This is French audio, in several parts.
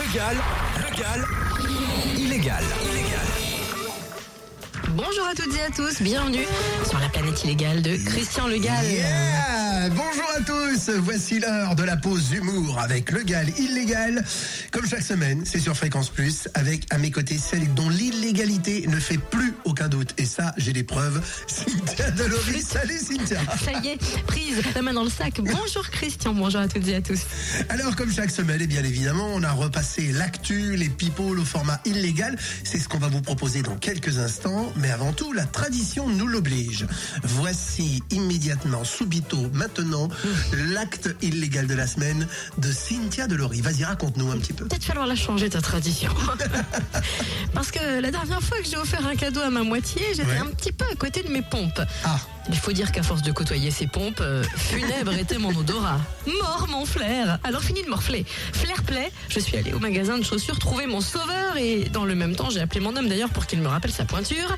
Légal, légal, illégal, illégal. Bonjour à toutes et à tous, bienvenue sur la planète illégale de Christian Legal. Yeah Bonjour à tous, voici l'heure de la pause humour avec Legal, illégal. Comme chaque semaine, c'est sur Fréquence Plus, avec à mes côtés celle dont l'illégalité ne fait plus aucun doute. Et ça, j'ai des preuves. Cynthia Deloris, salut Cynthia Ça y est, prise, la main dans le sac. Bonjour Christian, bonjour à toutes et à tous. Alors, comme chaque semaine, et bien évidemment, on a repassé l'actu, les people au format illégal. C'est ce qu'on va vous proposer dans quelques instants. Mais avant tout, la tradition nous l'oblige. Voici immédiatement, subito, maintenant, Mmh. l'acte illégal de la semaine de Cynthia Delory. Vas-y, raconte-nous un petit peu. Peut-être falloir la changer ta tradition. Parce que la dernière fois que j'ai offert un cadeau à ma moitié, j'étais Ouais. un petit peu à côté de mes pompes. Ah, Il faut dire qu'à force de côtoyer ces pompes, euh, funèbre était mon odorat. Mort mon flair Alors fini de morfler. Flair plaît, je suis allée au magasin de chaussures trouver mon sauveur et dans le même temps j'ai appelé mon homme d'ailleurs pour qu'il me rappelle sa pointure.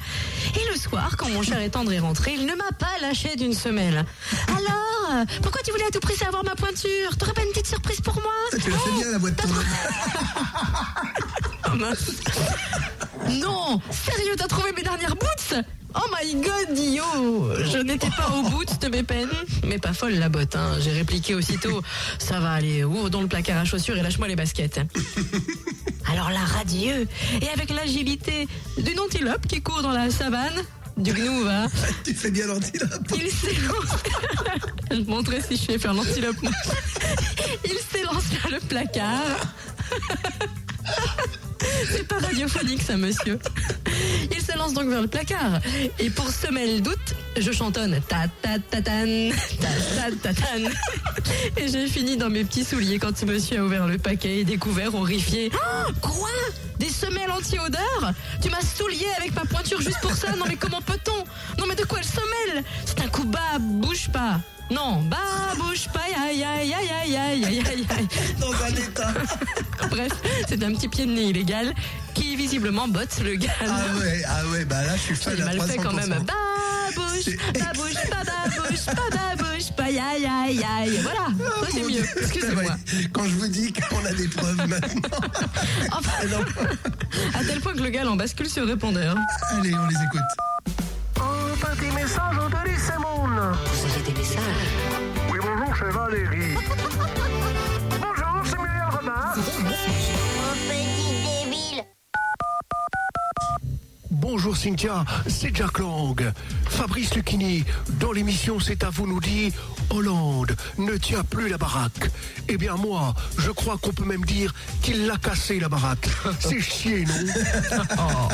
Et le soir, quand mon cher étendre est rentré, il ne m'a pas lâché d'une semelle. Alors, euh, pourquoi tu voulais à tout prix savoir ma pointure T'aurais pas une petite surprise pour moi ça, tu l'as fait bien la voix de ton Oh, mince. Non, sérieux, t'as trouvé mes dernières boots Oh my god, Dio Je n'étais pas au bout de mes peines. Mais pas folle la botte, hein. j'ai répliqué aussitôt. Ça va aller, euh, ouvre donc le placard à chaussures et lâche-moi les baskets. Alors là, radieux, et avec l'agilité d'une antilope qui court dans la savane, du gnou va. Tu fais bien l'antilope. Il s'élance. je vais montrer si je sais faire l'antilope. moi. Il s'élance vers le placard. C'est pas radiophonique ça, monsieur. Il s'élance donc vers le placard. Et pour semer le doute, je chantonne ta ta ta tan, ta ta ta tan. Et j'ai fini dans mes petits souliers quand ce monsieur a ouvert le paquet et découvert, horrifié. Ah, quoi Des semelles anti-odeur Tu m'as soulié avec ma pointure juste pour ça Non mais comment peut-on Non mais de quoi elle semelle C'est un coup bas, bouge pas. Non, bah bouge pas, aïe aïe aïe aïe aïe aïe aïe aïe. Dans un état. Bref, c'est un petit pied de nez illégal qui visiblement botte le gars. Ah ouais, ah ouais, bah là, je suis fan Il est à mal 300%. fait quand même. Babouche, C'est babouche, bababouche, bababouche, aïe aïe aïe aïe. Voilà, ça Bah, c'est Ah, Mon mieux. Dieu. Excusez-moi. Ouais, Quand je vous dis qu'on a des preuves maintenant. ah Enfin, Alors, à tel point que le gars en bascule sur répondeur. allez, on les écoute. Un petit message de 10 secondes. Vous avez des messages Oui, bonjour, c'est Valérie. bonjour, c'est Muriel Robin. Mon petit débile. Bonjour Cynthia, c'est Jack Lang. Fabrice Lucchini, dans l'émission C'est à vous nous dit Hollande ne tient plus la baraque. Eh bien moi, je crois qu'on peut même dire qu'il l'a cassé la baraque. C'est chier, non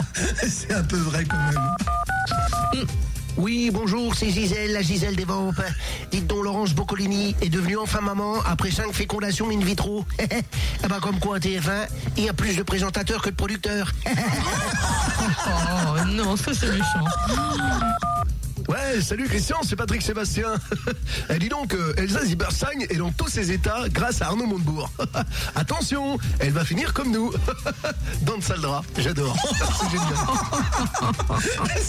C'est un peu vrai quand même. Oui, bonjour, c'est Gisèle, la Gisèle des Vampes. Dites donc, Laurence Boccolini est devenue enfin maman après cinq fécondations in vitro. ah bah comme quoi, TF1, il y a plus de présentateurs que de producteurs. Oh non, ça c'est méchant. Ouais, salut Christian, c'est Patrick Sébastien. Eh, dis donc, euh, Elsa Ziberstein est dans tous ses états grâce à Arnaud Montebourg. Attention, elle va finir comme nous. dans le sale drap, j'adore. c'est génial.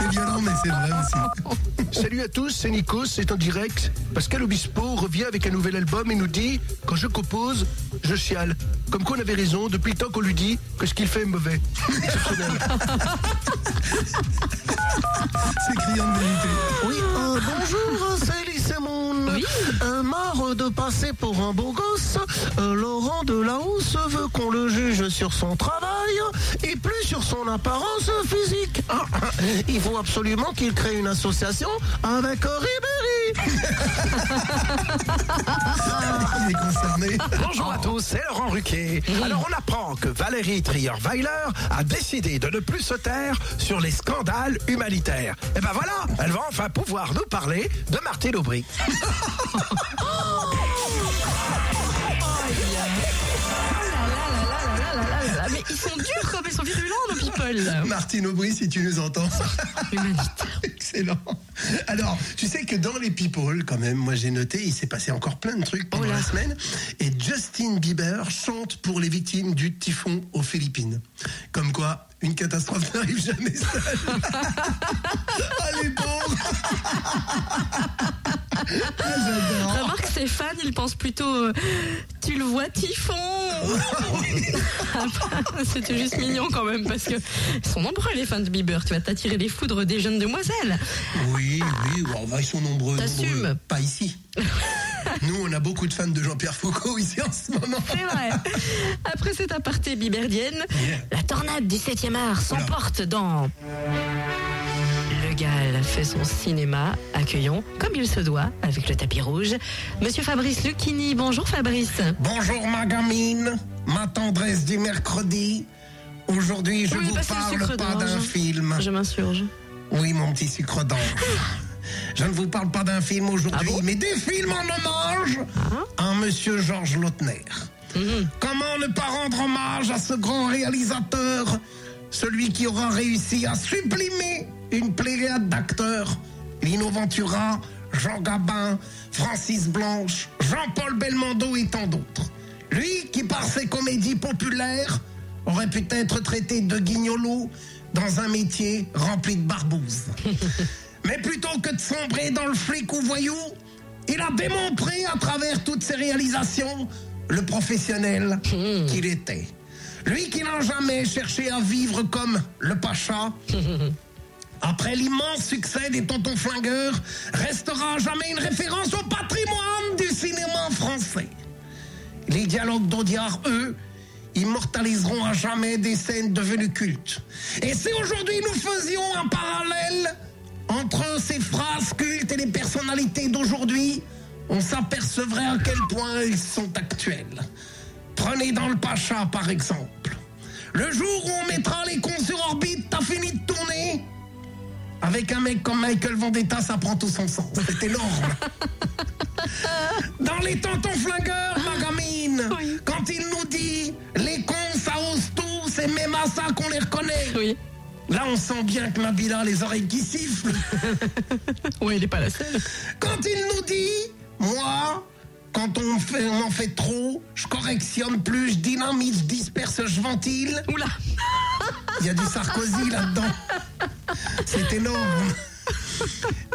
C'est violent, mais c'est vrai aussi. Salut à tous, c'est Nico, c'est en direct. Pascal Obispo revient avec un nouvel album et nous dit Quand je compose, je chiale. Comme quoi on avait raison depuis le temps qu'on lui dit que ce qu'il fait est mauvais. C'est criant de vérité. Oui, euh, bonjour, c'est Elise Moon. Oui. Euh, marre de passer pour un beau gosse, euh, Laurent Delahousse veut qu'on le juge sur son travail et plus sur son apparence Oh, physique. Ah, ah, il faut absolument qu'il crée une association avec Ribéry. Il est concerné. Bonjour à Oh, tous, c'est Laurent Ruquier. Alors on apprend que Valérie Trierweiler a décidé de ne plus se taire sur les scandales humanitaires. Et ben voilà, elle va enfin pouvoir nous parler de Martine Aubry. Ah, mais ils sont durs comme ils sont virulents, nos people. là. Martine Aubry, si tu nous entends. Humanité. Excellent. Alors, tu sais que dans les people, quand même, moi j'ai noté, il s'est passé encore plein de trucs pendant Oh là. la semaine. Et Justin Bieber chante pour les victimes du typhon aux Philippines. Comme quoi, une catastrophe n'arrive jamais seule. Allez, bon Remarque, Stéphane, il pense plutôt euh, Tu le vois, Typhon Ah bah, C'était juste mignon quand même, parce que ils sont nombreux les fans de Bieber. Tu vas t'attirer les foudres des jeunes demoiselles. Oui, oui, bon, bah, ils sont nombreux. T'assumes. nombreux. Pas ici. Nous, on a beaucoup de fans de Jean-Pierre Foucault ici en ce moment. C'est vrai. Après cette aparté biberdienne, la tornade du 7e art s'emporte dans. Le Gall fait son cinéma. Accueillons, comme il se doit, avec le tapis rouge, Monsieur Fabrice Lucchini. Bonjour Fabrice. Bonjour ma gamine, ma tendresse du mercredi. Aujourd'hui, je Oui, vous parce que le parle sucre pas d'orange, d'un hein. film. Je m'insurge. Oui, mon petit sucre d'ange. Je ne vous parle pas d'un film aujourd'hui, Ah bon Ah. mais des films en hommage à Monsieur Georges Lautner. Comment ne pas rendre hommage à ce grand réalisateur, celui qui aura réussi à sublimer une pléiade d'acteurs Lino Ventura, Jean Gabin, Francis Blanche, Jean-Paul Belmondo et tant d'autres. Lui qui, par ses comédies populaires, aurait pu être traité de guignolo dans un métier rempli de barbouzes. Mais plutôt que de sombrer dans le flic ou voyou, il a démontré à travers toutes ses réalisations le professionnel qu'il était. Lui qui n'a jamais cherché à vivre comme le pacha, après l'immense succès des tontons flingueurs, restera à jamais une référence au patrimoine du cinéma français. Les dialogues d'Audiard, eux, immortaliseront à jamais des scènes devenues cultes. Et si aujourd'hui nous faisions un parallèle entre ces phrases cultes et les personnalités d'aujourd'hui, on s'apercevrait à quel point ils sont actuels. Prenez dans le Pacha, par exemple. Le jour où on mettra les cons sur orbite, t'as fini de tourner Avec un mec comme Michael Vendetta, ça prend tout son sens. C'est énorme. dans les tontons flingueurs, ma gamine. Oui. Quand il nous dit les cons, ça ose tout, c'est même à ça qu'on les reconnaît. Oui. Là, on sent bien que Mabila a les oreilles qui sifflent. Oui, il est pas la seule. Quand il nous dit, moi, quand on, fait, on en fait trop, je correctionne plus, je dynamise, je disperse, je ventile. Oula. Il y a du Sarkozy là-dedans. C'est énorme.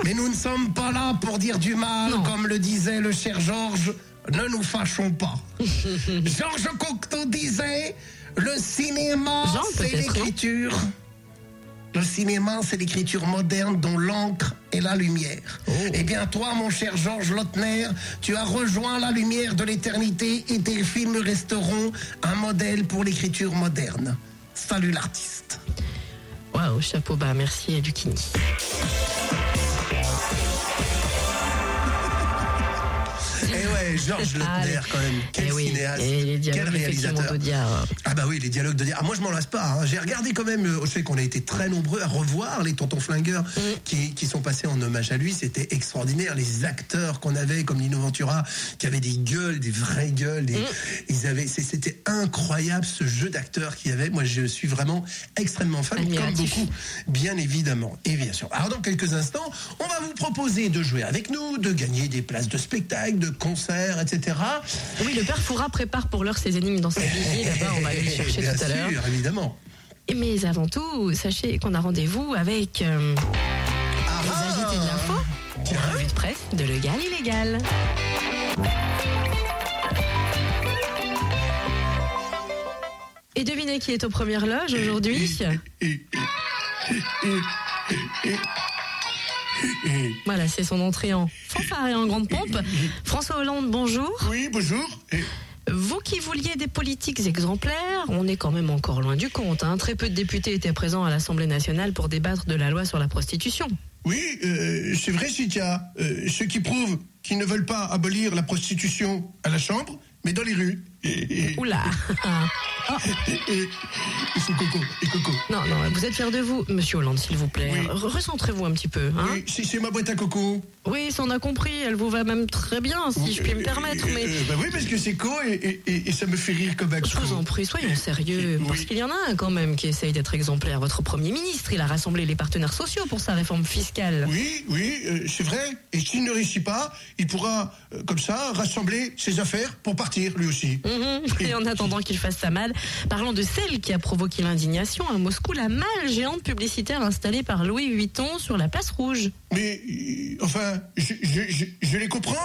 Mais nous ne sommes pas là pour dire du mal, Non. comme le disait le cher Georges. Ne nous fâchons pas. Georges Cocteau disait Le cinéma, Jean, c'est peut-être, hein. non l'écriture. Le cinéma, c'est l'écriture moderne dont l'encre est la lumière. Oh. Eh bien, toi, mon cher Georges Lautner, tu as rejoint la lumière de l'éternité et tes films resteront un modèle pour l'écriture moderne. Salut l'artiste. Waouh, chapeau bas, merci à Lucchini. Eh ouais, Georges Lautner, quand même. Quel Eh oui, cinéaste. et les dialogues, quel effectivement, réalisateur. d'Audiard. Ah bah oui, les dialogues de dire. Ah, moi je m'en lasse pas. hein. J'ai regardé quand même. euh, Je sais qu'on a été très nombreux à revoir les tontons flingueurs Mm. qui, qui sont passés en hommage à lui. C'était extraordinaire. Les acteurs qu'on avait, comme Lino Ventura, qui avaient des gueules, des vraies gueules. Mm. des- Ils avaient. c'est- C'était incroyable ce jeu d'acteurs qu'il y avait. Moi je suis vraiment extrêmement fan, Admiratif. comme beaucoup, bien évidemment. Et bien sûr. Alors dans quelques instants, on va vous proposer de jouer avec nous, de gagner des places de spectacle, de concerts, etc. Oui, le père Foura prépare pour l'heure ses énigmes dans sa visée. Là-bas, Eh ben, on va aller le chercher bien tout à l'heure. sûr, évidemment. Mais avant tout, sachez qu'on a rendez-vous avec euh, les agités de l'info. La revue de presse de Legal Illégal. Et devinez qui est aux premières loges aujourd'hui Voilà, c'est son entrée en fanfare et en grande pompe. François Hollande, bonjour. Oui, bonjour. Euh, Vous qui vouliez des politiques exemplaires, on est quand même encore loin du compte. hein. Très peu de députés étaient présents à l'Assemblée nationale pour débattre de la loi sur la prostitution. Oui, euh, c'est vrai, Cynthia. Euh, ce qui prouve qu'ils ne veulent pas abolir la prostitution à la Chambre, mais dans les rues. Et, et, Oula Ah, et- et c'est Coco, et Coco. Non, non, vous êtes fier de vous, monsieur Hollande, s'il vous plaît. Oui. Re- Recentrez-vous un petit peu. Hein Oui, c'est c'est ma boîte à Coco. oui, ça on a compris, elle vous va même très bien, si je puis me permettre, Euh, mais... euh, bah oui, parce que c'est Co et, et- et- et ça me fait rire comme un Je vous en prie, soyons sérieux, Oui. parce qu'il y en a un quand même qui essaye d'être exemplaire. Votre Premier ministre, il a rassemblé les partenaires sociaux pour sa réforme fiscale. Oui, oui, euh, c'est vrai. Et s'il ne réussit pas, il pourra, euh, comme ça, rassembler ses affaires pour partir, lui aussi. Mmh. Mhm. Et en attendant qu'il fasse sa malle, Parlant de celle qui a provoqué l'indignation à Moscou, la malle géante publicitaire installée par Louis Vuitton sur la place rouge. Mais euh, enfin, je, je, je- je les comprends.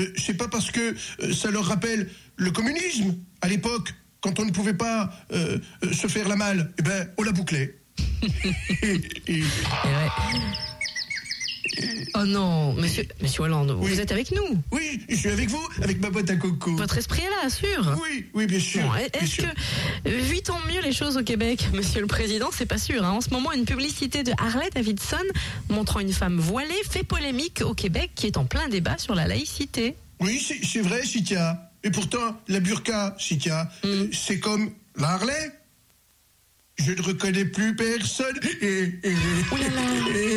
Euh, c'est pas parce que euh, ça leur rappelle le communisme à l'époque, quand on ne pouvait pas euh, euh, se faire la malle. Eh ben, on la bouclait. Et- et- Eh ouais. Oh non, monsieur, monsieur Hollande, vous Oui. êtes avec nous. oui, je suis avec vous, avec ma boîte à coco. Votre esprit est là, sûr. Oui, oui, bien sûr. Bon, bien Est-ce sûr. que vite en mieux les choses au Québec, Monsieur le Président C'est pas sûr. hein. En ce moment, une publicité de Harley Davidson montrant une femme voilée fait polémique au Québec, qui est en plein débat sur la laïcité. Oui, c'est- c'est vrai, Sitia. Et pourtant, la burqa, Sitia, Mm. euh, c'est comme la Harley. Je ne reconnais plus personne. Et, et- et-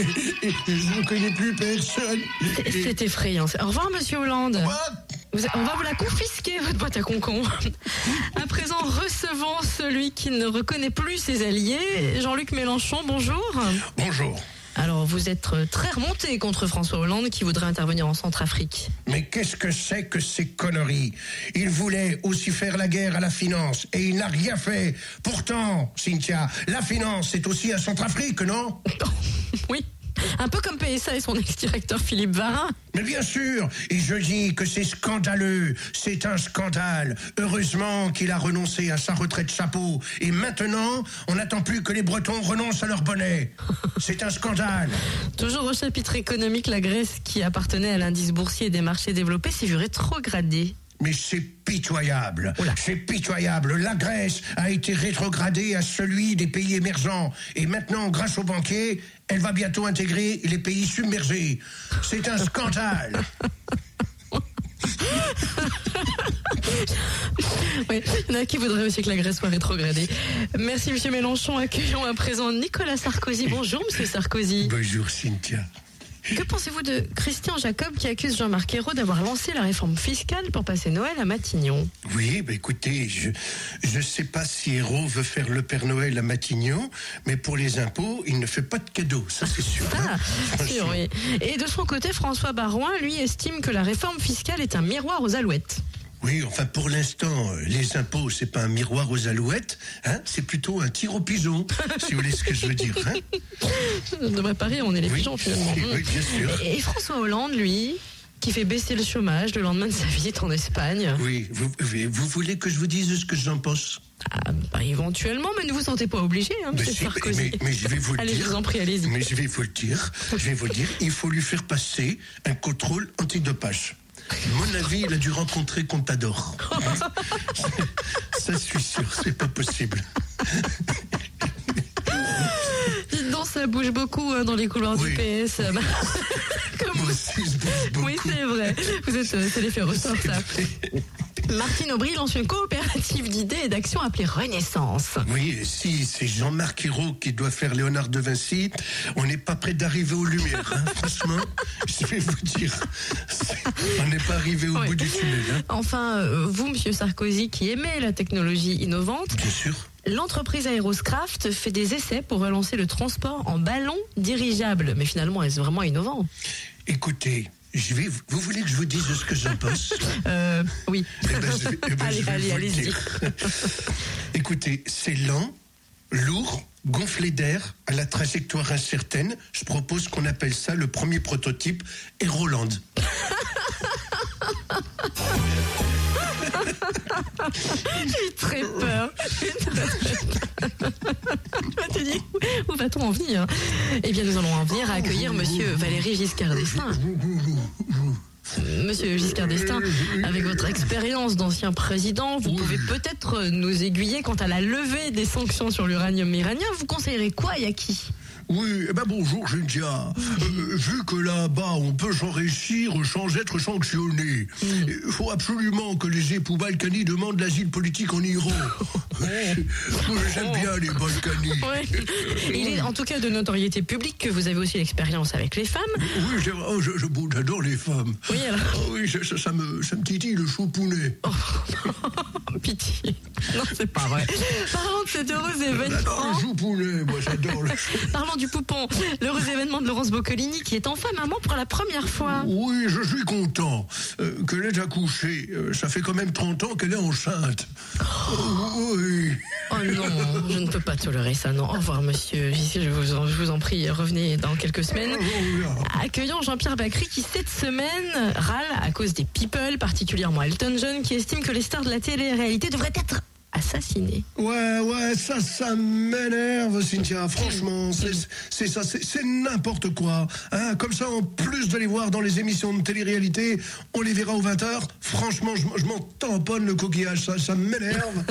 et- je ne reconnais plus personne. C'est- Et- C'est effrayant. C'est- Au revoir, Monsieur Hollande. Ah, Vous- on va vous la confisquer, votre boîte à concon. À présent, recevant celui qui ne reconnaît plus ses alliés, Jean-Luc Mélenchon, bonjour. Bonjour. Alors, vous êtes euh, très remonté contre François Hollande qui voudrait intervenir en Centrafrique. Mais qu'est-ce que c'est que ces conneries Il voulait aussi faire la guerre à la finance et il n'a rien fait. Pourtant, Cynthia, la finance, c'est aussi à Centrafrique, non Oui. Un peu comme PSA et son ex-directeur Philippe Varin. Mais bien sûr, et je dis que c'est scandaleux, c'est un scandale. Heureusement qu'il a renoncé à sa retraite chapeau, et maintenant, on n'attend plus que les Bretons renoncent à leur bonnet. C'est un scandale. Toujours au chapitre économique, la Grèce, qui appartenait à l'indice boursier des marchés développés, s'est vue rétrogradée. Mais c'est pitoyable. C'est pitoyable. La Grèce a été rétrogradée à celui des pays émergents. Et maintenant, grâce aux banquiers, elle va bientôt intégrer les pays submergés. C'est un scandale. Oui, il y en a qui voudraient aussi que la Grèce soit rétrogradée. Merci, Monsieur Mélenchon. Accueillons à présent Nicolas Sarkozy. Bonjour, Monsieur Sarkozy. Bonjour, Cynthia. Que pensez-vous de Christian Jacob qui accuse Jean-Marc Ayrault d'avoir lancé la réforme fiscale pour passer Noël à Matignon Oui, bah écoutez, je je sais pas si Hérault veut faire le Père Noël à Matignon, mais pour les impôts, il ne fait pas de cadeaux, ça c'est sûr. hein. Ah, sûr, oui. Et de son côté, François Baroin, lui, estime que la réforme fiscale est un miroir aux alouettes. Oui, enfin pour l'instant, euh, les impôts, c'est pas un miroir aux alouettes, hein, c'est plutôt un tir au pigeon, si vous voulez ce que je veux dire. hein. On devrait parier, on est les Oui, pigeons finalement. oui, oui, bien sûr. Et et François Hollande, lui, qui fait baisser le chômage le lendemain de sa visite en Espagne. Oui, vous, vous voulez que je vous dise ce que j'en pense Ah, bah, éventuellement, mais ne vous sentez pas obligé, hein, mais, monsieur si, mais- Sarkozy. mais- mais je vais vous le Allez, dire. je vous en prie, allez-y. Mais je vais vous le dire. Je vais vous le dire. Il faut lui faire passer un contrôle antidopage. Mon avis, il a dû rencontrer Contador. hein. Ça, je suis sûr, c'est pas possible. Dites donc, ça bouge beaucoup hein, dans les couloirs Oui. du PS. Bah, Comme Moi aussi, je bouge beaucoup. Oui, c'est vrai. Vous êtes euh, ça les fait ressort, ça. Martine Aubry lance une coopérative d'idées et d'actions appelée Renaissance. Oui, et si c'est Jean-Marc Ayrault qui doit faire Léonard de Vinci, on n'est pas près d'arriver aux lumières, hein. franchement. Je vais vous dire, on n'est pas arrivé au Ouais. bout du tunnel, hein. Enfin, euh, vous, monsieur Sarkozy, qui aimez la technologie innovante, bien sûr. l'entreprise Aeroscraft fait des essais pour relancer le transport en ballon dirigeable. Mais finalement, est-ce vraiment innovant Écoutez, je vais, vous voulez que je vous dise ce que j'en pense Euh, oui. Eh ben, je vais- eh ben, allez, je vais allez, vous le allez-y. dire. Écoutez, c'est lent, lourd, gonflé d'air, à la trajectoire incertaine. Je propose qu'on appelle ça le premier prototype Roland. J'ai très peur. J'ai très peur. Je te dis, où va-t-on en venir Eh bien, nous allons en venir à accueillir monsieur Valéry Giscard d'Estaing. Monsieur Giscard d'Estaing, avec votre expérience d'ancien président, vous pouvez peut-être nous aiguiller quant à la levée des sanctions sur l'uranium iranien. Vous conseillerez quoi et à qui Oui, eh ben bonjour Cynthia. Euh, vu que là-bas on peut s'enrichir sans être sanctionné, Mm. il faut absolument que les époux Balkany demandent l'asile politique en Iran. Moi, J'aime bien les Balkany. Ouais. Il est en tout cas de notoriété publique que vous avez aussi l'expérience avec les femmes. Oui, c'est vrai. Oh, je, je- bon, j'adore les femmes. Ah Oui, alors. Oh oui, ça, ça- ça me, ça me titille le choupounet. Pitié. Non, c'est pas vrai. Parlons de cet heureux événement. Joue poulet, moi j'adore le chou. Parlons du poupon. L'heureux événement de Laurence Boccolini qui est enfin maman pour la première fois. Oui, je suis content euh, qu'elle ait accouché. Euh, ça fait quand même 30 ans qu'elle est enceinte. Oh, oui. Oh non, je ne peux pas tolérer ça, non. Au revoir, monsieur. Ici, je vous en, je vous en prie, revenez dans quelques semaines. Accueillons Jean-Pierre Bacry qui, cette semaine, râle à cause des people, particulièrement Elton John, qui estime que les stars de la télé-réalité devraient être assassinées. Ouais, ouais, ça, ça m'énerve, Cynthia. Franchement, c'est c'est ça, c'est c'est n'importe quoi. Hein, comme ça, en plus de les voir dans les émissions de télé-réalité, on les verra aux 20h. Franchement, je, m- je m'en tamponne le coquillage, ça, ça m'énerve.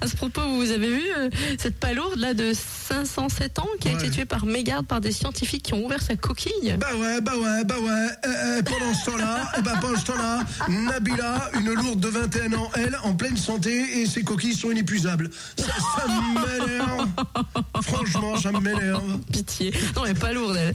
À ce propos, vous avez vu euh, cette palourde là de 507 ans qui a été tuée par mégarde par des scientifiques qui ont ouvert sa coquille Bah ouais, bah ouais, bah ouais. Eh, eh, pendant ce temps-là, eh ben, pendant ce temps-là, Nabila, une lourde de 21 ans, elle, en pleine santé, et ses coquilles sont inépuisables. Ça, ça m'énerve. Franchement, ça m'énerve. Pitié. Non, mais pas lourde, elle.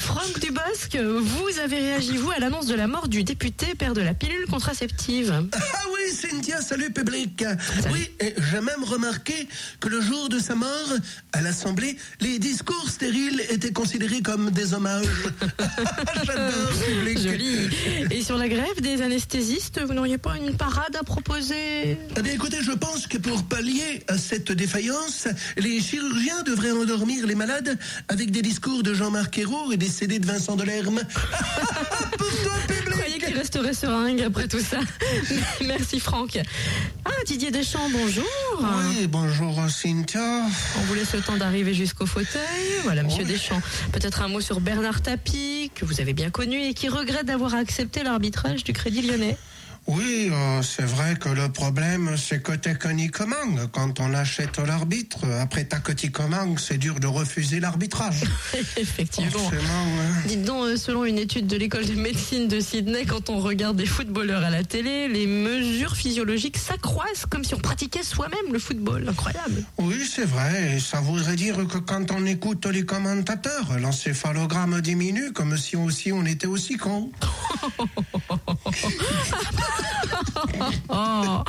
Franck Dubosc, vous avez réagi, vous, à l'annonce de la mort du député père de la pilule contraceptive. Ah oui, Cynthia, salut public. Oui, et j'ai même remarqué que le jour de sa mort, à l'Assemblée, les discours stériles étaient considérés comme des hommages. J'adore public. Joli. Et sur la grève des anesthésistes, vous n'auriez pas une parade à proposer Eh bien, écoutez, je pense que pour pallier à cette défaillance, les chirurgiens devraient endormir les malades avec des discours de Jean-Marc Ayrault et des CD de Vincent Delerme. pour toi, Vous public croyez qu'il resterait seringue après tout ça Merci Franck. Ah, Didier Deschamps, bonjour. Oui, bonjour Cynthia. On vous laisse le temps d'arriver jusqu'au fauteuil. Voilà, monsieur Deschamps. Peut-être un mot sur Bernard Tapie, que vous avez bien connu et qui regrette d'avoir accepté l'arbitrage du Crédit Lyonnais. Oui, euh, c'est vrai que le problème, c'est que techniquement, quand on achète l'arbitre, après tactiquement, c'est dur de refuser l'arbitrage. Effectivement. Forcément, hein. Dites donc, euh, selon une étude de l'école de médecine de Sydney, quand on regarde des footballeurs à la télé, les mesures physiologiques s'accroissent comme si on pratiquait soi-même le football. Incroyable. Oui, c'est vrai. Et ça voudrait dire que quand on écoute les commentateurs, l'encéphalogramme diminue comme si aussi on était aussi con. Oh.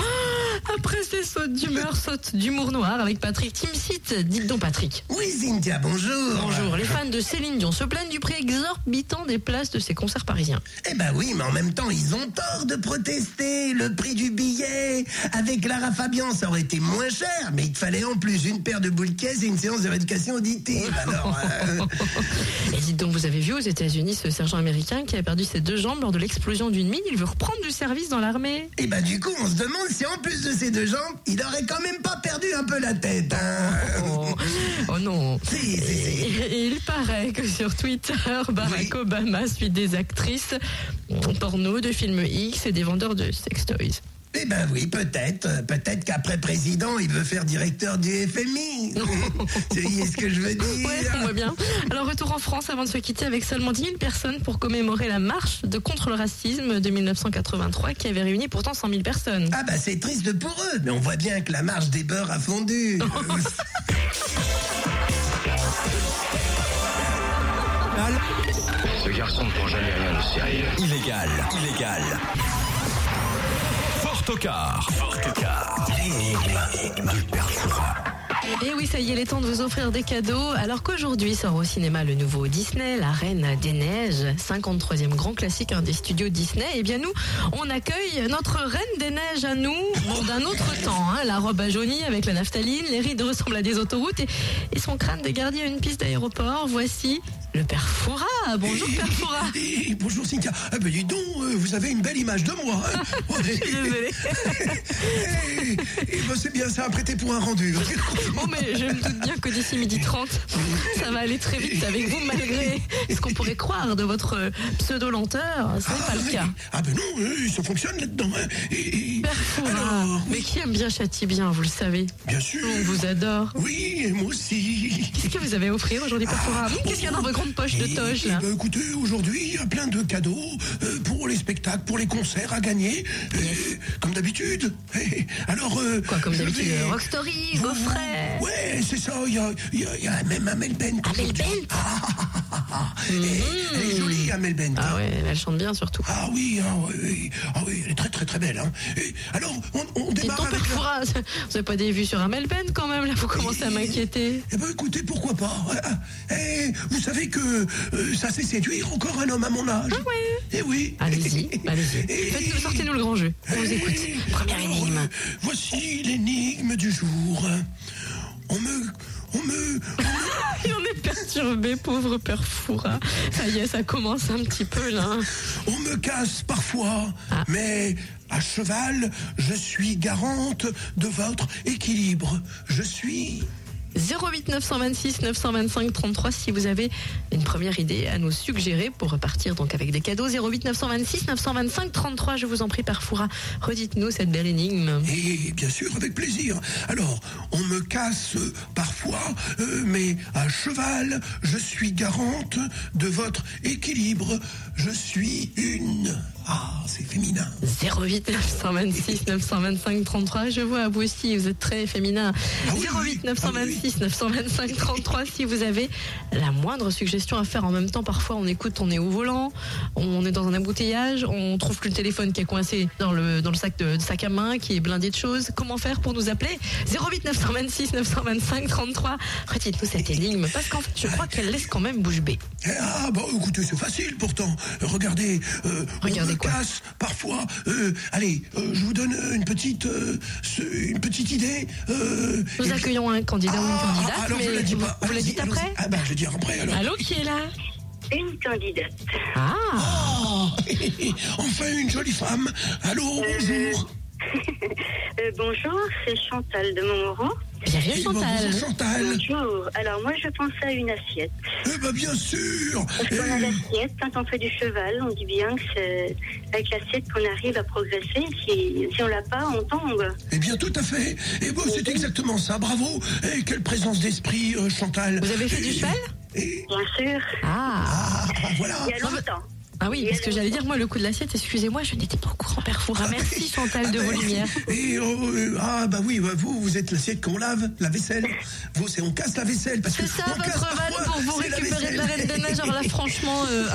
Après ces sautes d'humeur, sautes d'humour noir avec Patrick Timsit. Dites donc, Patrick. Oui, Cynthia, bonjour. Bonjour. Les fans de Céline Dion se plaignent du prix exorbitant des places de ses concerts parisiens. Eh ben oui, mais en même temps, ils ont tort de protester. Le prix du billet avec Lara Fabian, ça aurait été moins cher, mais il te fallait en plus une paire de boules de caisse et une séance de rééducation auditive. Alors, euh, Et dites donc, vous avez vu aux États-Unis ce sergent américain qui a perdu ses deux jambes lors de l'explosion d'une mine. Il veut reprendre du service dans l'armée. eh ben du coup, on se demande si en plus de ces deux jambes, il aurait quand même pas perdu un peu la tête. hein. Oh, oh non. Si, si, si. Et il paraît que sur Twitter, Barack Oui. Obama suit des actrices porno, de films X et des vendeurs de sextoys. Eh ben oui, peut-être. Euh, Peut-être qu'après président, il veut faire directeur du FMI. C'est ce que je veux dire. Ouais, on voit bien. Alors, retour en France avant de se quitter avec seulement 10 000 personnes pour commémorer la marche de contre le racisme de 1983 qui avait réuni pourtant 100 000 personnes. Ah bah c'est triste pour eux, mais on voit bien que la marge des beurs a fondu. Ce garçon ne prend jamais rien de sérieux. Illégal, illégal. Fort au car. Fort au car. L'énigme du Persera. Et oui, ça y est, il est temps de vous offrir des cadeaux. Alors qu'aujourd'hui sort au cinéma le nouveau Disney, La Reine des Neiges, 53e grand classique hein, des studios Disney, et bien nous, on accueille notre Reine des Neiges à nous, bon, d'un autre temps. hein. La robe à jaunie avec la naphtaline, les rides ressemblent à des autoroutes et, et son crâne de gardien à une piste d'aéroport. Voici le Père Foura. Bonjour Père Foura. Eh, Bonjour Cynthia. Ah ben dis donc, euh, vous avez une belle image de moi. hein. Ouais. Désolée. Eh, eh ben, c'est bien, ça a prêté pour un rendu. Bon, Oh, mais je me doute bien que d'ici midi 30, ça va aller très vite avec vous, malgré ce qu'on pourrait croire de votre pseudo-lenteur. Ce n'est pas le cas. Ah ben non, euh, ça fonctionne là-dedans. hein. Eh, eh, Père Fouras, Alors, mais qui aime bien châtie bien, vous le savez. bien sûr. On vous adore. Oui, et moi aussi. Qu'est-ce que vous avez à offrir aujourd'hui, Père Fouras Hum, Qu'est-ce qu'il y a dans vos grandes poches de Et- toge, et là ben, écoutez, aujourd'hui, il y a plein de cadeaux euh, pour les spectacles, pour les concerts à gagner, euh, comme d'habitude. Eh, Alors, euh, Quoi, comme je d'habitude, vais- euh, Rockstory, Gaufret Ouais, c'est ça. Il y a, il y a- il y a même Amel Bent. Amel aujourd'hui. Bent Mhm. Ah, ah, ah, ah. ah. Et- Elle est jolie, Amel Bent. Ah ouais, elle chante bien surtout. Ah oui, hein, oui, oui. Ah oui, elle est très très très belle. hein. Et alors, on, on Dites démarre donc, Père avec... la- Fouras, vous avez pas des vues sur Amel Ben quand même, là, vous commencez à m'inquiéter. Eh ben écoutez, pourquoi pas Ah, eh, Vous savez que euh, ça fait séduire encore un homme à mon âge. Ah ouais Eh oui. Allez-y, allez-y. Faites- Sortez-nous le grand jeu. On vous écoute. Première Alors, énigme. euh, voici l'énigme du jour. On me... On me... Il en est perturbé, pauvre Père Fouras. Ça y est, ça commence un petit peu, là. On me casse parfois, Ah. mais à cheval, je suis garante de votre équilibre. Je suis... 08 926 925 33 si vous avez une première idée à nous suggérer pour repartir donc avec des cadeaux 08 926 925 33 je vous en prie Parfoura redites-nous cette belle énigme Et Eh, bien sûr, avec plaisir. Alors, on me casse euh, parfois, euh, mais à cheval, je suis garante de votre équilibre. Je suis une... Ah, c'est féminin. 08 926 925 33 je vois vous aussi vous êtes très féminin Ah oui, oui, 08 ah oui, 926 925 33 si vous avez la moindre suggestion à faire en même temps parfois on écoute on est au volant on est dans un embouteillage on trouve plus le téléphone qui est coincé dans le, dans le sac de, de sac à main qui est blindé de choses comment faire pour nous appeler 08 926 925 33 redites-nous cette énigme parce qu'en fait je crois qu'elle laisse quand même bouche bée Eh, Ah, bah écoutez, c'est facile pourtant. Regardez, euh, Regardez on me quoi casse parfois. euh, allez, euh, je vous donne euh, une petite, euh, ce- une petite idée. euh, et nous puis- accueillons un candidat ou une Ah, candidate ah, alors mais je la dis vous, pas. vous la Allons-y, dites allons-y. après Ah, bah je vais dire après alors. allô qui est là Une candidate. ah Ah, enfin une jolie femme. Allô, bonjour. Euh, bonjour, c'est Chantal de Montmoran. Bienvenue Eh ben, Chantal. bonjour Chantal. Bonjour. Alors moi, je pense à une assiette. Eh ben bien sûr. Parce qu'on a l'assiette, quand on fait du cheval, on dit bien que c'est avec l'assiette qu'on arrive à progresser. Si, si on l'a pas, on tombe. Eh bien tout à fait. Eh ben c'est exactement ça. Bravo. Et quelle présence d'esprit, euh, Chantal. Vous avez fait du Eh, cheval eh, Bien sûr. Ah, ah, ah, voilà. Il y a longtemps. ah oui, parce que j'allais dire, moi, le coup de l'assiette, excusez-moi, je n'étais pas au courant, Père Foura. Merci, Chantal, de vos lumières. Et euh, euh, ah bah oui, bah, vous vous êtes l'assiette qu'on lave, la vaisselle. Vous c'est on casse la vaisselle parce que C'est ça, on casse votre parfois, vanne pour vous c'est récupérer de la vaisselle. reine des neiges. Alors là, franchement, euh,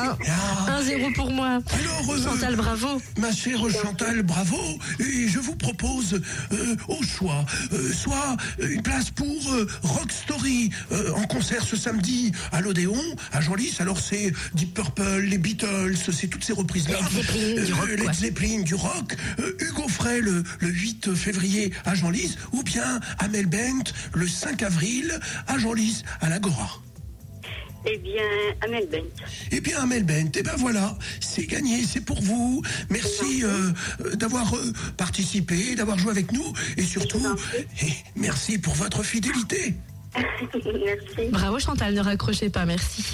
1-0 Ah. pour moi. Alors, euh, Chantal, bravo. Ma chère Chantal, bravo. Et je vous propose euh, au choix, euh, soit une place pour euh, Rock Story euh, en concert ce samedi à l'Odéon, à Genlis. Alors c'est Deep Purple, les Beatles, c'est toutes ces reprises-là. Led Zeppelin, du rock, quoi. Led Zeppelin, du rock. Euh, Hugo Frey le, le 8 février à Genlis. Ou bien Amel Bent le 5 avril à Genlis, à l'Agora. Eh bien, Amel Bent. Eh bien, Amel Bent, eh ben voilà, c'est gagné, c'est pour vous. Merci euh, euh, d'avoir euh, participé, d'avoir joué avec nous et surtout, eh, merci pour votre fidélité. Merci. Bravo, Chantal, ne raccrochez pas, merci.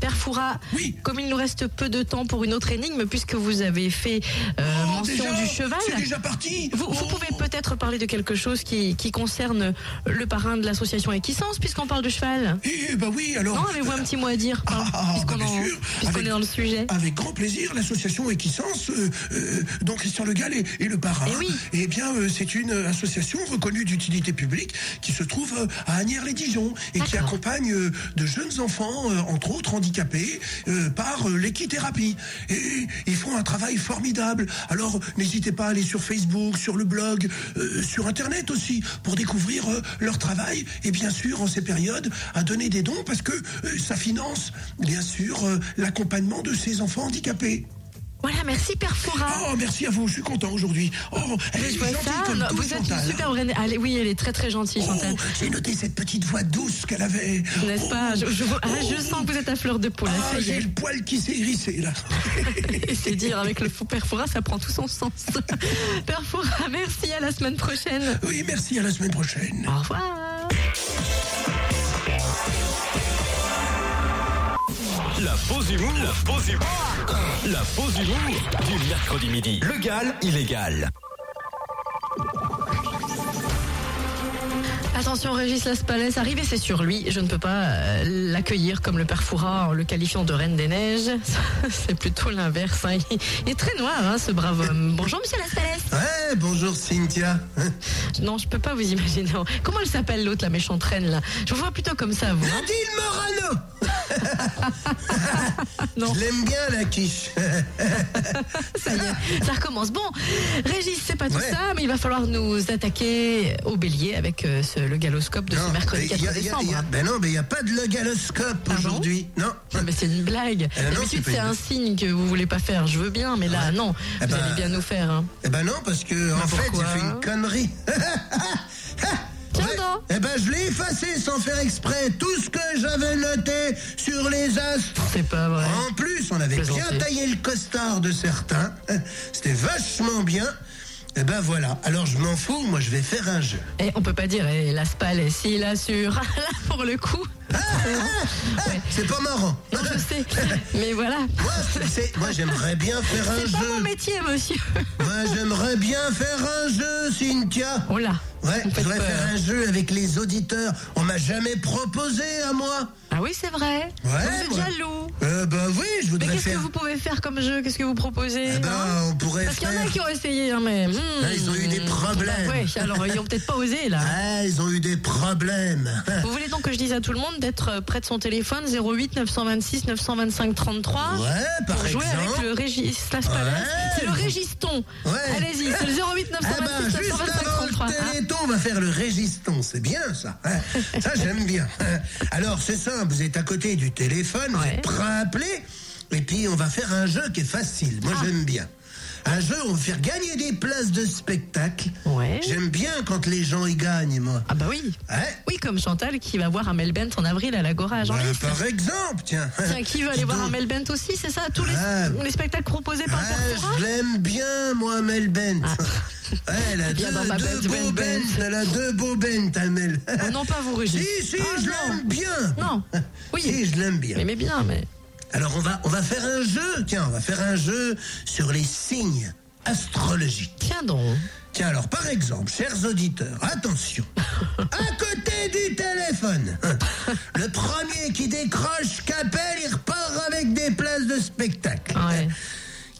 Père Foura, Oui. comme il nous reste peu de temps pour une autre énigme, puisque vous avez fait euh, Oh, mention déjà du cheval, C'est déjà parti. Vous, vous Oh. pouvez peut-être parler de quelque chose qui, qui concerne le parrain de l'association Equisens, puisqu'on parle de cheval. Eh ben oui, alors. Non, avez-vous un petit mot à dire Ah, ah, ah, Puisqu'on bah, bien en- sûr. puisqu'on Avec- est dans le sujet. Avec grand plaisir, l'association Équissence, euh, euh, dont Christian Le Gall est, est le parrain. Eh oui. Eh bien, euh, c'est une association reconnue d'utilité publique qui se trouve euh, à Agnières-les-Dijon et qui D'accord. accompagne euh, de jeunes enfants, euh, entre autres handicapés, euh, par euh, l'équithérapie. Et ils font un travail formidable. Alors, n'hésitez pas à aller sur Facebook, sur le blog, euh, sur Internet aussi, pour découvrir euh, leur travail. Et bien sûr, en ces périodes, à donner des dons parce que euh, ça finance, bien sûr, euh, l'accompagnement de ces enfants handicapés. Voilà, merci Père Foura. Oh, merci à vous, je suis content aujourd'hui. Oh, elle est Je vois gentille ça. comme Non, tout, vous êtes Chantal, une hein. super reine. Allez, oui, elle est très très gentille, Oh, Chantal. j'ai noté cette petite voix douce qu'elle avait. N'est-ce Oh, pas je, je, vois- ah, je oh. sens que vous êtes à fleur de peau. là, Ah, ça y j'ai est. le poil qui s'est hérissé, là. Et c'est dire, avec le faux Père Foura, ça prend tout son sens. Père Foura, merci, à la semaine prochaine. Oui, merci, à la semaine prochaine. Au revoir. La pause humour. La pause humour. La pause humour du mercredi midi. Legal, illégal. Attention, Régis Laspalès, arrivé, c'est sur lui. Je ne peux pas euh, l'accueillir comme le père Foura en le qualifiant de reine des neiges. c'est plutôt l'inverse. hein. Il, il est très noir, hein, ce brave homme. Bonjour, monsieur Laspalès. Ouais, bonjour Cynthia. Hein Non, je peux pas vous imaginer. Comment elle s'appelle, l'autre, la méchante reine, là Je vous vois plutôt comme ça, vous. hein. Nadine Morano Je l'aime bien la quiche. Ça y est, ça recommence. Bon, Régis, c'est pas tout Ouais. ça, mais il va falloir nous attaquer au bélier avec euh, ce- le galoscope de ce Non, mercredi mais il y 4 a- il y a- il décembre. hein. y a- Ben non, mais il n'y a pas de logaloscope Ah bon aujourd'hui. Non. Non, mais c'est une blague. Eh non, D'habitude, c'est pas c'est une un blague. signe que vous voulez pas faire. Je veux bien, mais là, non. Eh vous ben, allez bien nous faire. hein. Eh ben non, parce que en fait, j'ai pourquoi fait une connerie. Tiens Ouais. donc. Eh ben je l'ai effacé sans faire exprès tout ce que j'avais noté sur les astres. C'est pas vrai. En plus, on avait bien Plaisanter. taillé le costard de certains. C'était vachement bien. Eh ben voilà. Alors je m'en fous, moi je vais faire un jeu. Et on peut pas dire, eh, la spal, et si, la sur. Là, pour le coup. Ah. Ouais. C'est pas marrant. Non, je sais. Mais voilà. Moi, c'est- moi, j'aimerais bien faire un C'est pas mon jeu. métier, monsieur. Moi j'aimerais bien faire un jeu, Cynthia. Oh là. Ouais, vous me je faites voudrais peur. faire un jeu avec les auditeurs. On m'a jamais proposé à moi. Ah oui, c'est vrai. Ouais, vous êtes moi. jaloux. Euh, ben oui, je Mais voudrais qu'est-ce que faire. vous pouvez faire comme jeu Qu'est-ce que vous proposez Eh ben, hein on pourrait Parce qu'il y en a faire. qui ont essayé, hein, mais. hmm. Là, ils ont eu des problèmes. Bah ouais, alors ils ont peut-être pas osé là. Ah, ils ont eu des problèmes. Vous voulez donc que je dise à tout le monde d'être euh, près de son téléphone 08 926 925 33 Ouais, par pour jouer exemple. avec le Régis la Spalès. Ouais. C'est le Régiston. Ouais. Allez-y, c'est le 08 926 Ah ben, juste 925 avant 33. le Ah, téléthon, on va faire le régiston. C'est bien, ça. Hein, Ça, j'aime bien. Hein. Alors, c'est simple. Vous êtes à côté du téléphone, vous Ouais. êtes prêt à appeler. Et puis, on va faire un jeu qui est facile. Ah. Moi, j'aime bien. Un jeu, on va faire gagner des places de spectacle. Ouais. J'aime bien quand les gens y gagnent, moi. Ah bah oui. Ouais. Oui, comme Chantal qui va voir Amel Bent en avril à l'Agora Ben, à Genlis. par exemple, tiens. Tiens, qui veut aller Dis voir donc. Amel Bent aussi, c'est ça Tous les, Ouais. les spectacles proposés par le Ah, Père Foura je l'aime bien, moi, Mel Bent. Ouais, elle a Ah. Il y a deux, dans ma deux bête, beaux Mel Bent. Bent. Elle a deux beaux Bent, à Mel. Oh non, pas vous, Régis. Si, si, Ah, je non. l'aime bien. Non. Oui. Si, je l'aime bien. Mais, mais bien, mais. Alors, on va, on va faire un jeu. Tiens, on va faire un jeu sur les signes astrologiques. Tiens donc. Tiens, alors, par exemple, chers auditeurs, attention. À côté du téléphone, le premier qui décroche, qu'appelle, il repart avec des places de spectacle. Ah Ouais.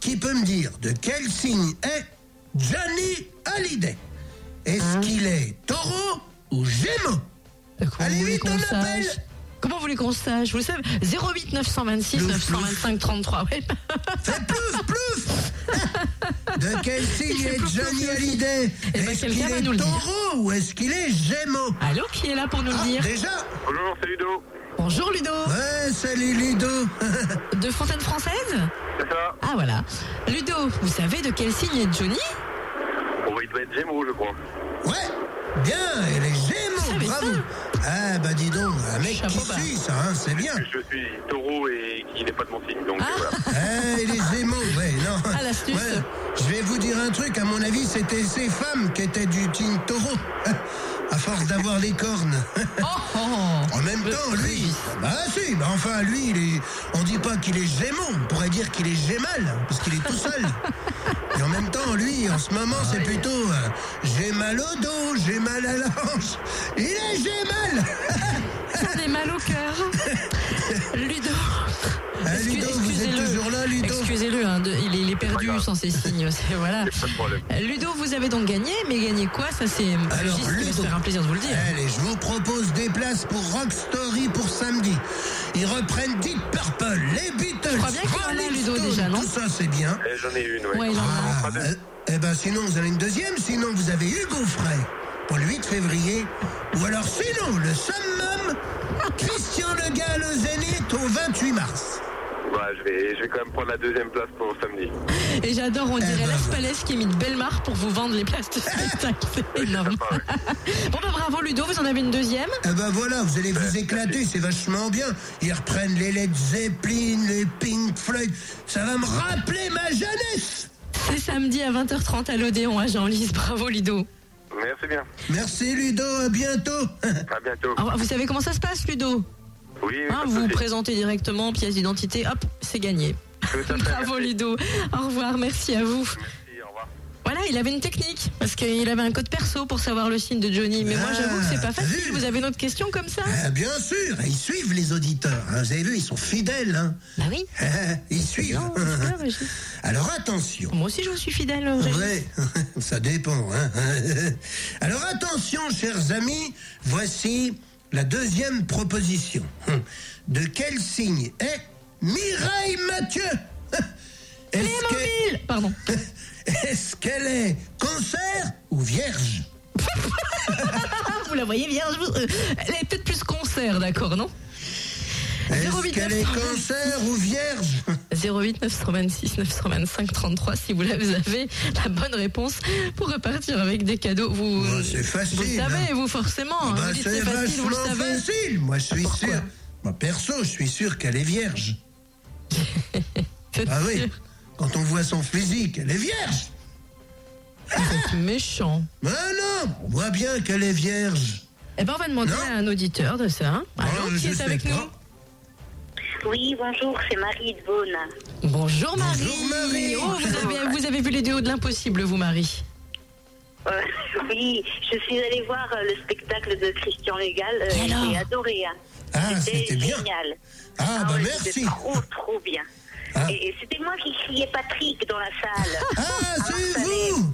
Qui peut me dire de quel signe est Johnny Hallyday Hein? Est-ce qu'il est taureau ou gémeaux Euh, Comment Allez, vous voulez vite, qu'on on sache appelle. Comment vous voulez qu'on sache Vous le savez 08 926 Plouf, plouf. 925 33. Ouais. Fais plouf, plouf Eh, De quel signe fait est plouf, plouf, Johnny lui aussi. Hallyday Eh ben, Est-ce quelqu'un qu'il va nous est le dire. taureau ou est-ce qu'il est gémeaux Allô, qui est là pour nous le Ah, dire déjà Bonjour, c'est Ludo. Bonjour Ludo, Ouais, salut Ludo de Fontaine Française C'est ça Ah voilà. Ludo, vous savez de quel signe est Johnny On va y être Gémeaux, je crois. Ouais Bien, il est Ah, gémeaux, mais bravo ça. Ah bah dis donc, un mec Chapeau bas. qui suit ça, hein, c'est bien Je suis taureau et qui n'est pas de mon signe, donc voilà. Eh, il est gémeaux, ouais, non Ah, l'astuce. Je vais vous dire un truc, à mon avis, c'était ces femmes qui étaient du team taureau à force d'avoir les cornes Oh, oh. En même temps, lui. Bah si, bah enfin, lui, il est... on dit pas qu'il est gémeaux, on pourrait dire qu'il est gémal, parce qu'il est tout seul. Et en même temps, lui, en ce moment, Ah c'est plutôt euh, j'ai mal au dos, j'ai mal à la hanche. Il est gémal Ça des mal au cœur. Ludo. Ah, Excuse- Ludo, vous êtes excusez-le. toujours là, Ludo Excusez-le, hein, de- il, est, il est perdu sans ses signes. c'est- Voilà. Pas de problème. Ludo, vous avez donc gagné, mais gagné quoi Ça, c'est. Alors, Régis, il va se Ludo. faire un plaisir de vous le dire. Allez, je vous propose des places pour Rock Story pour samedi. Ils reprennent Deep Purple, les Beatles, crois bien qu'il en a, Rolling Ludo, Stones, déjà, non Tout ça, c'est bien. Eh, J'en ai une, ouais. Ouais, il en a. Ah, euh, eh ben sinon vous avez une deuxième, sinon vous avez Hugo Frey pour le 8 février, ou alors sinon le summum, Christian Le Gall au Zénith au 28 mars. Ouais, Bah, je, vais, je vais quand même prendre la deuxième place pour samedi. Et j'adore, on dirait ben, la voilà. Spalès qui est mis de Belmar pour vous vendre les places de spectacle. C'est Ah, énorme. Bon, bah bravo Ludo, vous en avez une deuxième. Eh ben voilà, vous allez vous éclater, c'est vachement bien. Ils reprennent les Led Zeppelin, les Pink Floyd, ça va me rappeler ma jeunesse. C'est samedi à 20h30 à l'Odéon à Genlis. Bravo Ludo. Merci bien. Merci Ludo, à bientôt. À bientôt. Alors, Ah, vous savez comment ça se passe, Ludo Oui, Hein, pas de Vous vous souci. présentez directement, pièce d'identité, hop, c'est gagné. Tout à fait, Bravo merci. Ludo. Au revoir, merci à vous. Merci, au revoir. Voilà, il avait une technique, parce qu'il avait un code perso pour savoir le signe de Johnny. Mais moi, Ah, j'avoue que c'est pas facile. vu. Vous avez une autre question comme ça Ah, bien sûr, ils suivent les auditeurs. hein. Vous avez vu, ils sont fidèles. hein. Bah oui. Ils suivent. Non, c'est pas, Régis. Alors attention. Moi aussi, je vous suis fidèle. Régis. Ouais, ça dépend. hein. Alors attention, chers amis, voici La deuxième proposition. Hum. De quel signe est Mireille Mathieu Les Est-ce que- mobiles Pardon. est-ce qu'elle est cancer ou vierge Ah, vous la voyez bien. je vous- euh, Elle est peut-être plus concert, d'accord, non Est-ce 08 qu'elle est cancer ou vierge Oh, 08 926 925 33 si vous la- vous avez la bonne réponse pour repartir avec des cadeaux. Vous, Bah, c'est facile, vous le savez, vous forcément. hein. Bah, vous dites c'est c'est facile, vous le vachement savez. facile. Moi, je suis Pourquoi sûr. Moi, perso, je suis sûr qu'elle est vierge. Vous Ah êtes oui. sûr Quand on voit son physique, elle est vierge. Vous êtes méchant. Mais non, on voit bien qu'elle est vierge. Eh ben, on va demander Non. à un auditeur de ça. hein. Allô, Ah, qui je est sais avec pas. nous Oui, bonjour, c'est Marie de Beaune. Bonjour Marie. Bonjour, Marie. Oh, vous, avez, vous avez vu les duos de l'impossible, vous Marie. Euh, oui, je suis allée voir euh, le spectacle de Christian Légal. euh, Et alors J'ai adoré. hein. Ah, c'était bien. génial. Ah, bah ouais, merci. C'était trop, trop bien. Ah. Et, et c'était moi qui criais Patrick dans la salle. Ah, c'est Marseillais. vous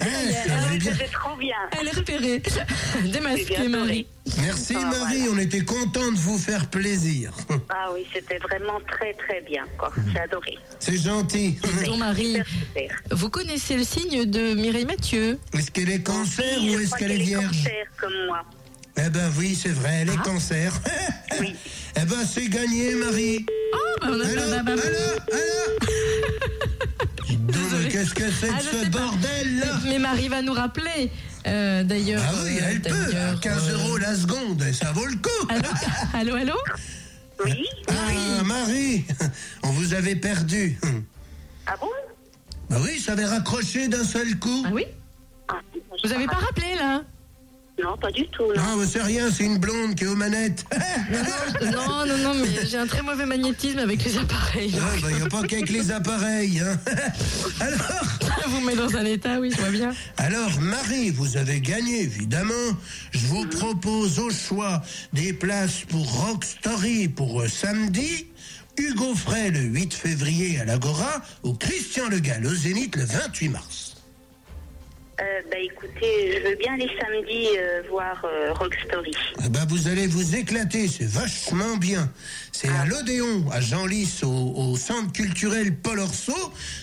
Ah, ça Ah va ouais, bien. C'était trop bien. Ah, Elle est repérée. Eh J'ai Démasquée bien Marie. Merci Ah, Marie, voilà. on était content de vous faire plaisir. Ah oui, c'était vraiment très très bien. quoi. J'ai adoré. C'est gentil. Bonjour Marie. Super, super. Vous connaissez le signe de Mireille Mathieu Est-ce qu'elle est cancer Oui, ou je est-ce crois qu'elle est vierge cancer comme moi. Eh ben oui, c'est vrai, elle est Ah. cancer. Oui. Eh ben c'est gagné Marie. Ah, bah, on a- Allô, bah, bah, allô, bah. allô Non, mais Qu'est-ce que c'est Ah, que je ce sais pas. Ah, bordel là Mais Marie va nous rappeler, euh, d'ailleurs. Ah oui, euh, Ah elle peut, à d'ailleurs, 15 euh, euros la seconde, et ça vaut le coup Allô, allô, allô Oui Ah Marie, on vous avait perdu. Ah bon Bah oui, ça avait raccroché d'un seul coup. Ah oui Ah, Vous avez pas rappelé, là Non, pas du tout. Non. Non, mais c'est rien, c'est une blonde qui est aux manettes. Ah, Non, non, non, mais j'ai un très mauvais magnétisme avec les appareils. Il n'y bah, a pas qu'avec les appareils. hein. Alors, Ça vous met dans un état, oui, je vois bien. alors, Marie, vous avez gagné, évidemment. Je vous propose au choix des places pour Rock Story pour euh, samedi, Hugo Frey le 8 février à l'Agora, ou Christian Le Gall au Zénith le 28 mars. Euh, bah écoutez, je veux bien les samedis euh, voir euh, Rock Story. Eh ben, vous allez vous éclater, c'est vachement bien. C'est à l'Odéon, à Genlis, au, au centre culturel Paul Orso.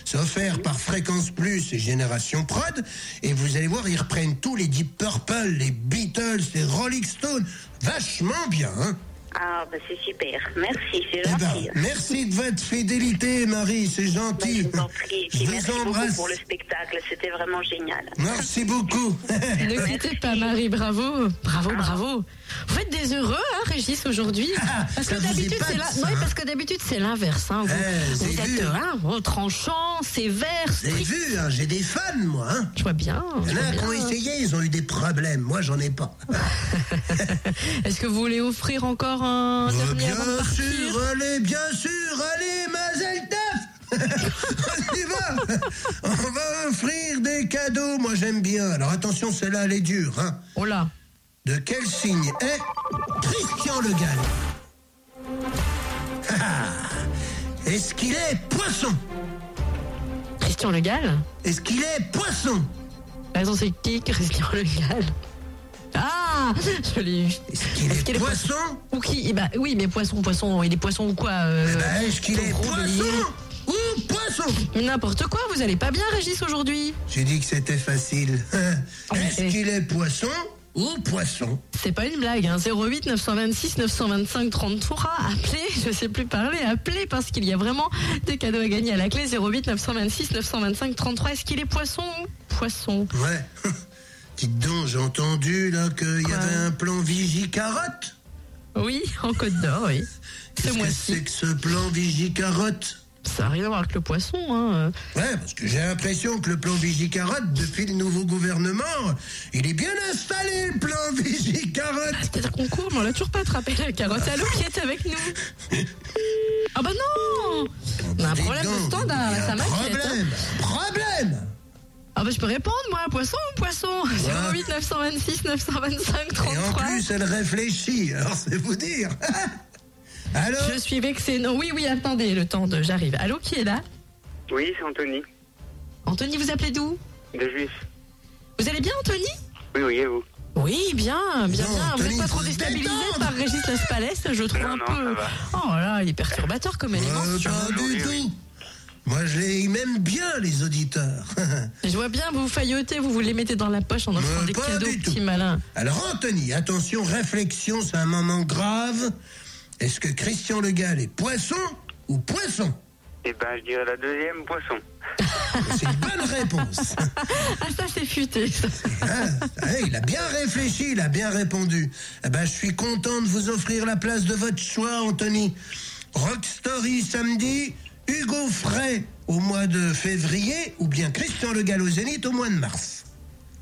C'est offert par Fréquence Plus et Génération Prod. Et vous allez voir, ils reprennent tous les Deep Purple, les Beatles, les Rolling Stones. Vachement bien, hein Ah bah c'est super. Merci, c'est Eh ben, gentil. merci de votre fidélité, Marie, c'est Bah, gentil. je vous en prie. Puis Je merci vous beaucoup embrasse. pour le spectacle, c'était vraiment génial. Merci beaucoup. Ne Euh, quittez pas Marie, bravo, bravo, bravo. Vous êtes des heureux, hein, Régis, aujourd'hui Ah, Parce ça que vous d'habitude, épate, c'est la- ça, ouais, hein. parce que d'habitude, c'est l'inverse. hein. Vous, Eh, vous j'ai êtes vu. hein, retranchant, sévère, Vous avez strict. vu, hein, j'ai des fans, moi. Hein. Je vois bien. je Il y en vois a qui ont bien. essayé, ils ont eu des problèmes. Moi, j'en ai pas. Est-ce que vous voulez offrir encore un Euh, dernier bien avant de partir sûr, allez, bien sûr, allez, Mazel Tov On y va On va offrir des cadeaux, moi j'aime bien. Alors attention, celle-là, elle est dure. hein. Oh là De quel signe est Christian Le Gall Ah, Est-ce qu'il est poisson Christian Le Gall Est-ce qu'il est poisson La raison, c'est qui, Christian Le Gall Ah Je l'ai eu. Est-ce qu'il est, Est-ce qu'il est poisson Ou qui Eh ben, Oui, mais poisson, poisson. Il est poisson ou quoi euh, Eh ben, Est-ce qu'il est gros bélier. poisson ou poisson Mais n'importe quoi, vous allez pas bien, Régis, aujourd'hui J'ai dit que c'était facile. Est-ce oui. qu'il est poisson ou poisson C'est pas une blague, hein. 08 926 925 33. Appelez, je sais plus parler, appelez parce qu'il y a vraiment des cadeaux à gagner à la clé. 08 926 925 33. Est-ce qu'il est poisson ou Poisson. Ouais. Dites donc, j'ai entendu là qu'il y Quoi avait un plan Vigicarotte. Oui, en Côte d'Or, oui. Ce Qu'est-ce que c'est mois-ci. que ce plan Vigicarotte Ça n'a rien à voir avec le poisson, hein. Ouais, parce que j'ai l'impression que le plan Vigicarotte, depuis le nouveau gouvernement, il est bien installé, le plan Vigicarotte. C'est-à-dire qu'on court, mais on l'a toujours pas attrapé, la carotte. Allô, qui est avec nous Ah bah non On a un Dites problème de donc, standard, il y a ça un m'inquiète. hein. Problème, un problème. Ah bah je peux répondre moi, poisson ou poisson 08 926 925 Et 33. en plus, elle réfléchit, alors c'est vous dire. Allô Je suis vexée. Non, oui, oui, attendez, le temps de... J'arrive. Allô, qui est là Oui, c'est Anthony, Anthony, vous appelez d'où de Juif. Vous allez bien, Anthony Oui, oui, et vous Ouais, Oui, bien, bien, Non, bien. Vous Tony, n'êtes pas trop faut se déstabilisé détendre. par Régis Laspalais, je trouve Non, un non, peu. ça va. Oh là, il est perturbateur comme élément. Euh, sûr, pas aujourd'hui, du oui. tout. Moi, je les aime bien, les auditeurs. Je vois bien, vous faillotez, vous vous les mettez dans la poche en offrant Mais des pas cadeaux, du tout. petit malin. Alors, Anthony, attention, réflexion, c'est un moment grave. Est-ce que Christian Le Gall est poisson ou poisson Eh ben, je dirais la deuxième poisson. C'est une bonne réponse. Ah, ça, c'est futé. ça. Hein Hein, il a bien réfléchi, il a bien répondu. Eh ben, je suis content de vous offrir la place de votre choix, Anthony. Rock Story samedi, Hugo Frey au mois de février, ou bien Christian Le Gall au Zénith au mois de mars.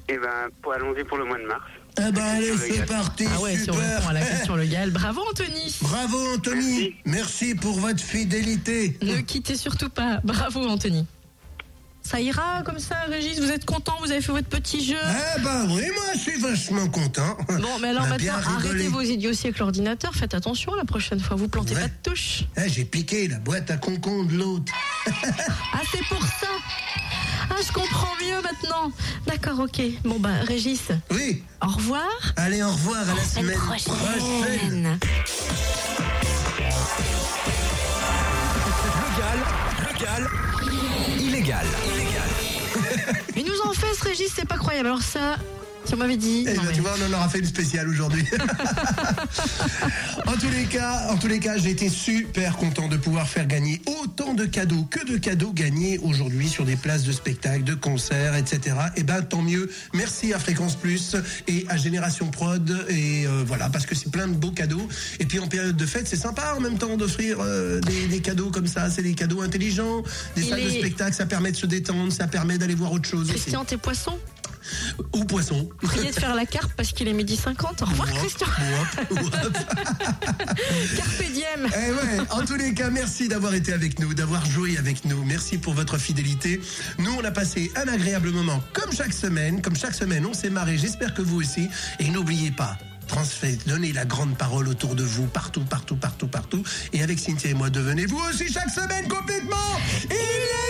Eh ben, pour- allons-y pour le mois de mars. Eh ben, allez, Le c'est Gall. parti, Ah ouais, si on super. répond à la Eh, question légale. Bravo, Anthony. Bravo, Anthony. Merci pour votre fidélité. Ne quittez surtout pas. Bravo, Anthony. Ça ira comme ça, Régis Vous êtes content Vous avez fait votre petit jeu Ah bah oui, moi je suis vachement content. Bon, mais alors On a maintenant, bien arrêtez rigolé. vos idioties avec l'ordinateur. Faites attention la prochaine fois. Vous plantez Ouais. pas de touche. Eh, J'ai piqué la boîte à concon de l'autre. Ah, c'est pour ça Ah, je comprends mieux maintenant. D'accord, ok. Bon, bah, Régis, Oui, au revoir. allez, au revoir à la À la semaine prochaine. prochaine. Legal, legal, illégal. Illégal. Mais nous en fait, ce Régis, c'est pas croyable. Alors ça, si on m'avait dit. Eh non, ben, mais- tu vois, on en aura fait une spéciale aujourd'hui. en tous les cas, en tous les cas, j'ai été super content de pouvoir faire gagner autant de cadeaux que de cadeaux gagnés aujourd'hui sur des places de spectacle, de concerts, etc. Et ben tant mieux. Merci à Fréquence Plus et à Génération Prod et euh, voilà parce que c'est plein de beaux cadeaux. Et puis en période de fête, c'est sympa en même temps d'offrir euh, des, des cadeaux comme ça. C'est des cadeaux intelligents, des Il salles de est- spectacle. Ça permet de se détendre, ça permet d'aller voir autre chose. aussi. Christian, t'es poisson Ou poisson. Priez de faire la carte parce qu'il est midi 50. Au revoir, Ouap, Christian. ouap, ouap. Carpe diem. Eh ouais, en tous les cas, merci d'avoir été avec nous, d'avoir joué avec nous. Merci pour votre fidélité. Nous, on a passé un agréable moment comme chaque semaine. Comme chaque semaine, on s'est marré. J'espère que vous aussi. Et n'oubliez pas. Transfert, donnez la grande parole autour de vous, partout, partout, partout, partout. Et avec Cynthia et moi, devenez vous aussi chaque semaine complètement. Il